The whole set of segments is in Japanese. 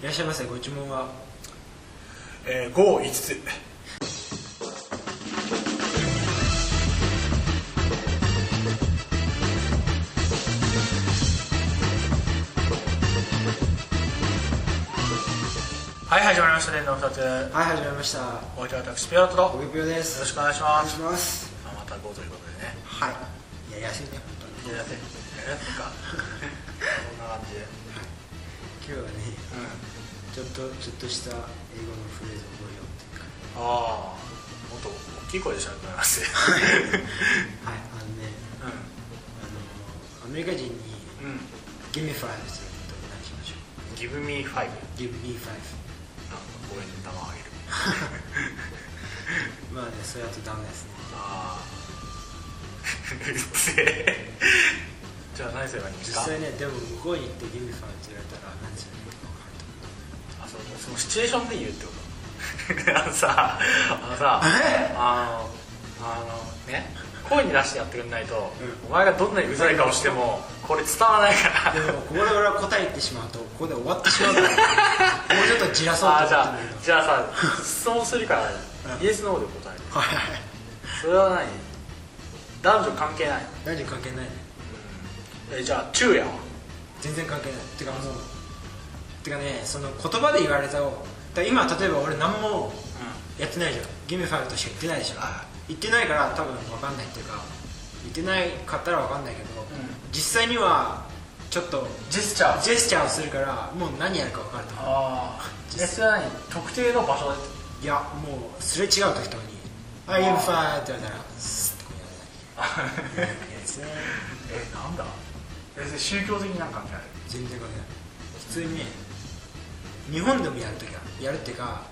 いらっしゃいませご注文はえー、5、5つ。はい始まりました例の2つはい始まりましたお相手は私ピロットとごよびぴょですろしくおお願いしま願いすしますまあまた5ということでねはいいや安いね本当にいやだってやってかこんな感じで今日はねちょっとちょっとした英語のフレーズを覚えようっていうかああもっと大きい声でしゃべってますはいあのねうあのアメリカ人にんうん「Give me five」することを何しましょう Give me five なんか「Give me five ごめん玉あげる」まあねそれだとダメですねああ うっせえじゃあ何すればいいんで実すか際ねでも向こうに行って「Give me five」って言われたら何するのか分かんないあそうそのシチュエーションで言うってこと あのさあのさあのあのね声に出してやってくんないと、お前がどんなにうざい顔してもこれ伝わらないからでもここで俺は答えてしまうとここで終わってしまうからもうちょっとじらそうと思っあーじてゃんあだけどじゃあさ質問するからうんイエスノーで答えるはいはいそれは何男女関係ないの男女関係ないねえじゃあ昼夜は全然関係ないてかもうてかねその言葉で言われたをだから今例えば俺何もやってないじゃん「ギミファイブとしか言ってないでしょは言ってないから多分分かんないっていうか言ってないかったら分かんないけど、ん実際にはちょっとジェスチャジェスチャーをするからもう何やるか分かると思うああそれは何特定の場所 でいやもうすれ違う時とかに「あ m ファイ」って言われたらスッとこうやらなきゃいけないですねえなんだえそれ宗教的になんか関係ある全然関係ない普通にね日本でもやるときはやるっていうか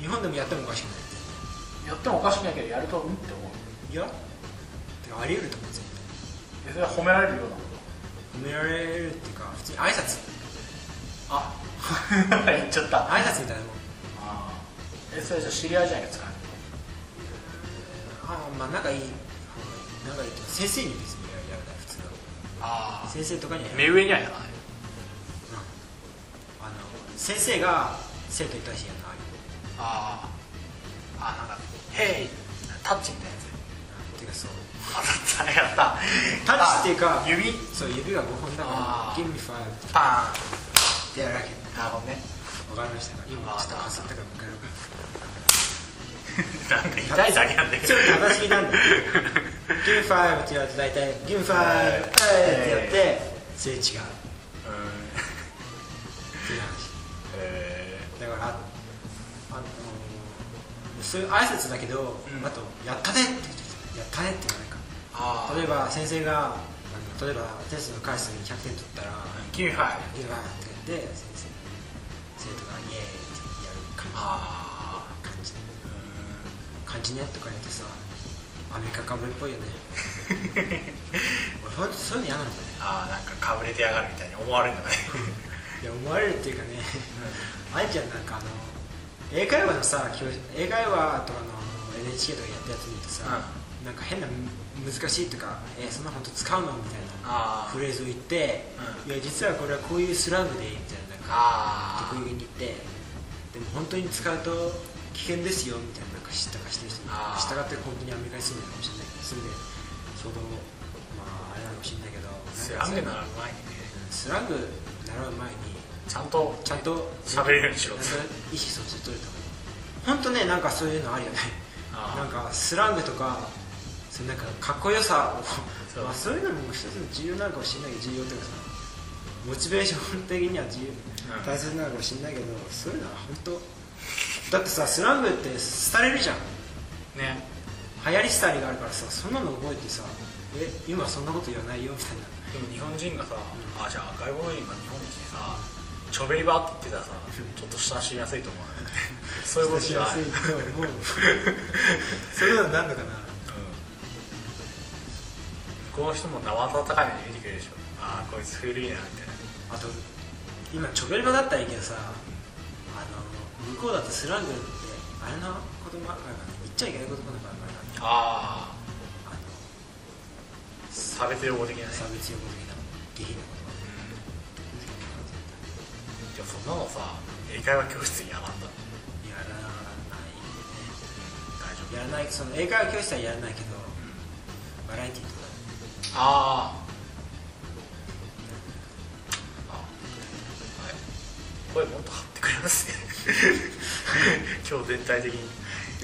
日本でもやってもおかしくないやってもおかしくないけどやるとうんって思ういやてかあり得ると思う全えそれは褒められるようなこと然褒められるっていうか普通に挨拶あ 言っちゃった挨拶みたいなもんあーえそれじゃあ知り合いじゃないか使うああまあ仲いい仲いいっていうか先生に別にやらない普通あは先生とかにはやらない目上にはやらないあの先生が生徒に対してやるのはありあーあなんか「ヘイ!」タッチみたいなやつっていうかそう あだったやったタッチっていうかあ指そう指が5本だからあー「ギミファイブ」パってやるわけーンなるほどねわかりましたか今ちょっとかすったからもう一回やろうか なんか痛いだけなんだけちどょっと正しいなんだよギムファイブって言われて大体ギムファイブはいってやってすれ違うっていううん話えだからあのそういう挨拶だけど、うんあと「やったね」って言ってやったね」って言わないー、あか例えば先生があの例えばテストの返す時に100点取ったら「君はいギムファイブ」って言って先生生徒が「イエーイ」ってやる感じあ感じねーう感じねとか言ってさアメリカかぶりっ ぽいよねーん俺ほんとそういうの嫌なんだよねあーなんかかぶれてやがるみたいに思われるんだねいや思われるっていうかね、あいちゃんなんかあの英会話のさ教英会話とかの NHK とかやったやつ見てさ、なんか変なむ難しいとか、えーそんな本当使うのみたいな あー フレーズを言って、ういや実はこれはこういうスラングでいいみたいななんかあ得意げに言ってでも本当に使うと危険ですよみたいななんか知ったかしてる人あーしたがって本当にアメリカに住んでるかもしれない住んで相当まああれなのかもしれないけどなんかスそういうラングならうまスラングいね習う前にちゃんとちゃんと喋れるようにしろちゃんと意思疎通取れた方がいい本当ねなんかそういうのあるよねあーなんかスラングとかそのなんかかっこよさをそうまあ、そういうのも一つの重要なのかもしれないけど重要というかさモチベーション的には自由、ん大切なのかもしれないけどそういうのは本当だってさスラングって廃れるじゃんね流行り廃りがあるからさそんなの覚えてさえ今そんなこと言わないよみたいなでも日本人がさ、あじゃあ外国人が日本に来てさちょべりばって言ってたらさちょっと親しみやすいと思うね そういうことしじゃやないすいと思う うそういうのなんのかなんこの人も生温かい目で見てくれるでしょああこいつ古いなみたいなあと今チョベルバだったらいいけどさあの向こうだとスラングってあれの言葉だから言っちゃいけない言葉だからあああれなんだ差別用語的あなねの差別用語的な下品な言葉だうでもそんなのさ英会話教室にやらんだやらない大丈ねやらないその英会話教室はやらないけどバラエティーとか夫あああはい声もっと張ってくれますね今日全体的に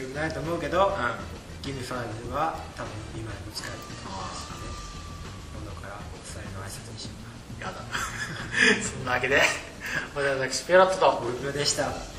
うよんくないと思うけどあ「ギミファイブは多分今でも使えると思あうので今度からお伝えの挨拶にしようかやだそんなわけで私ペラットとな。ブルブルでした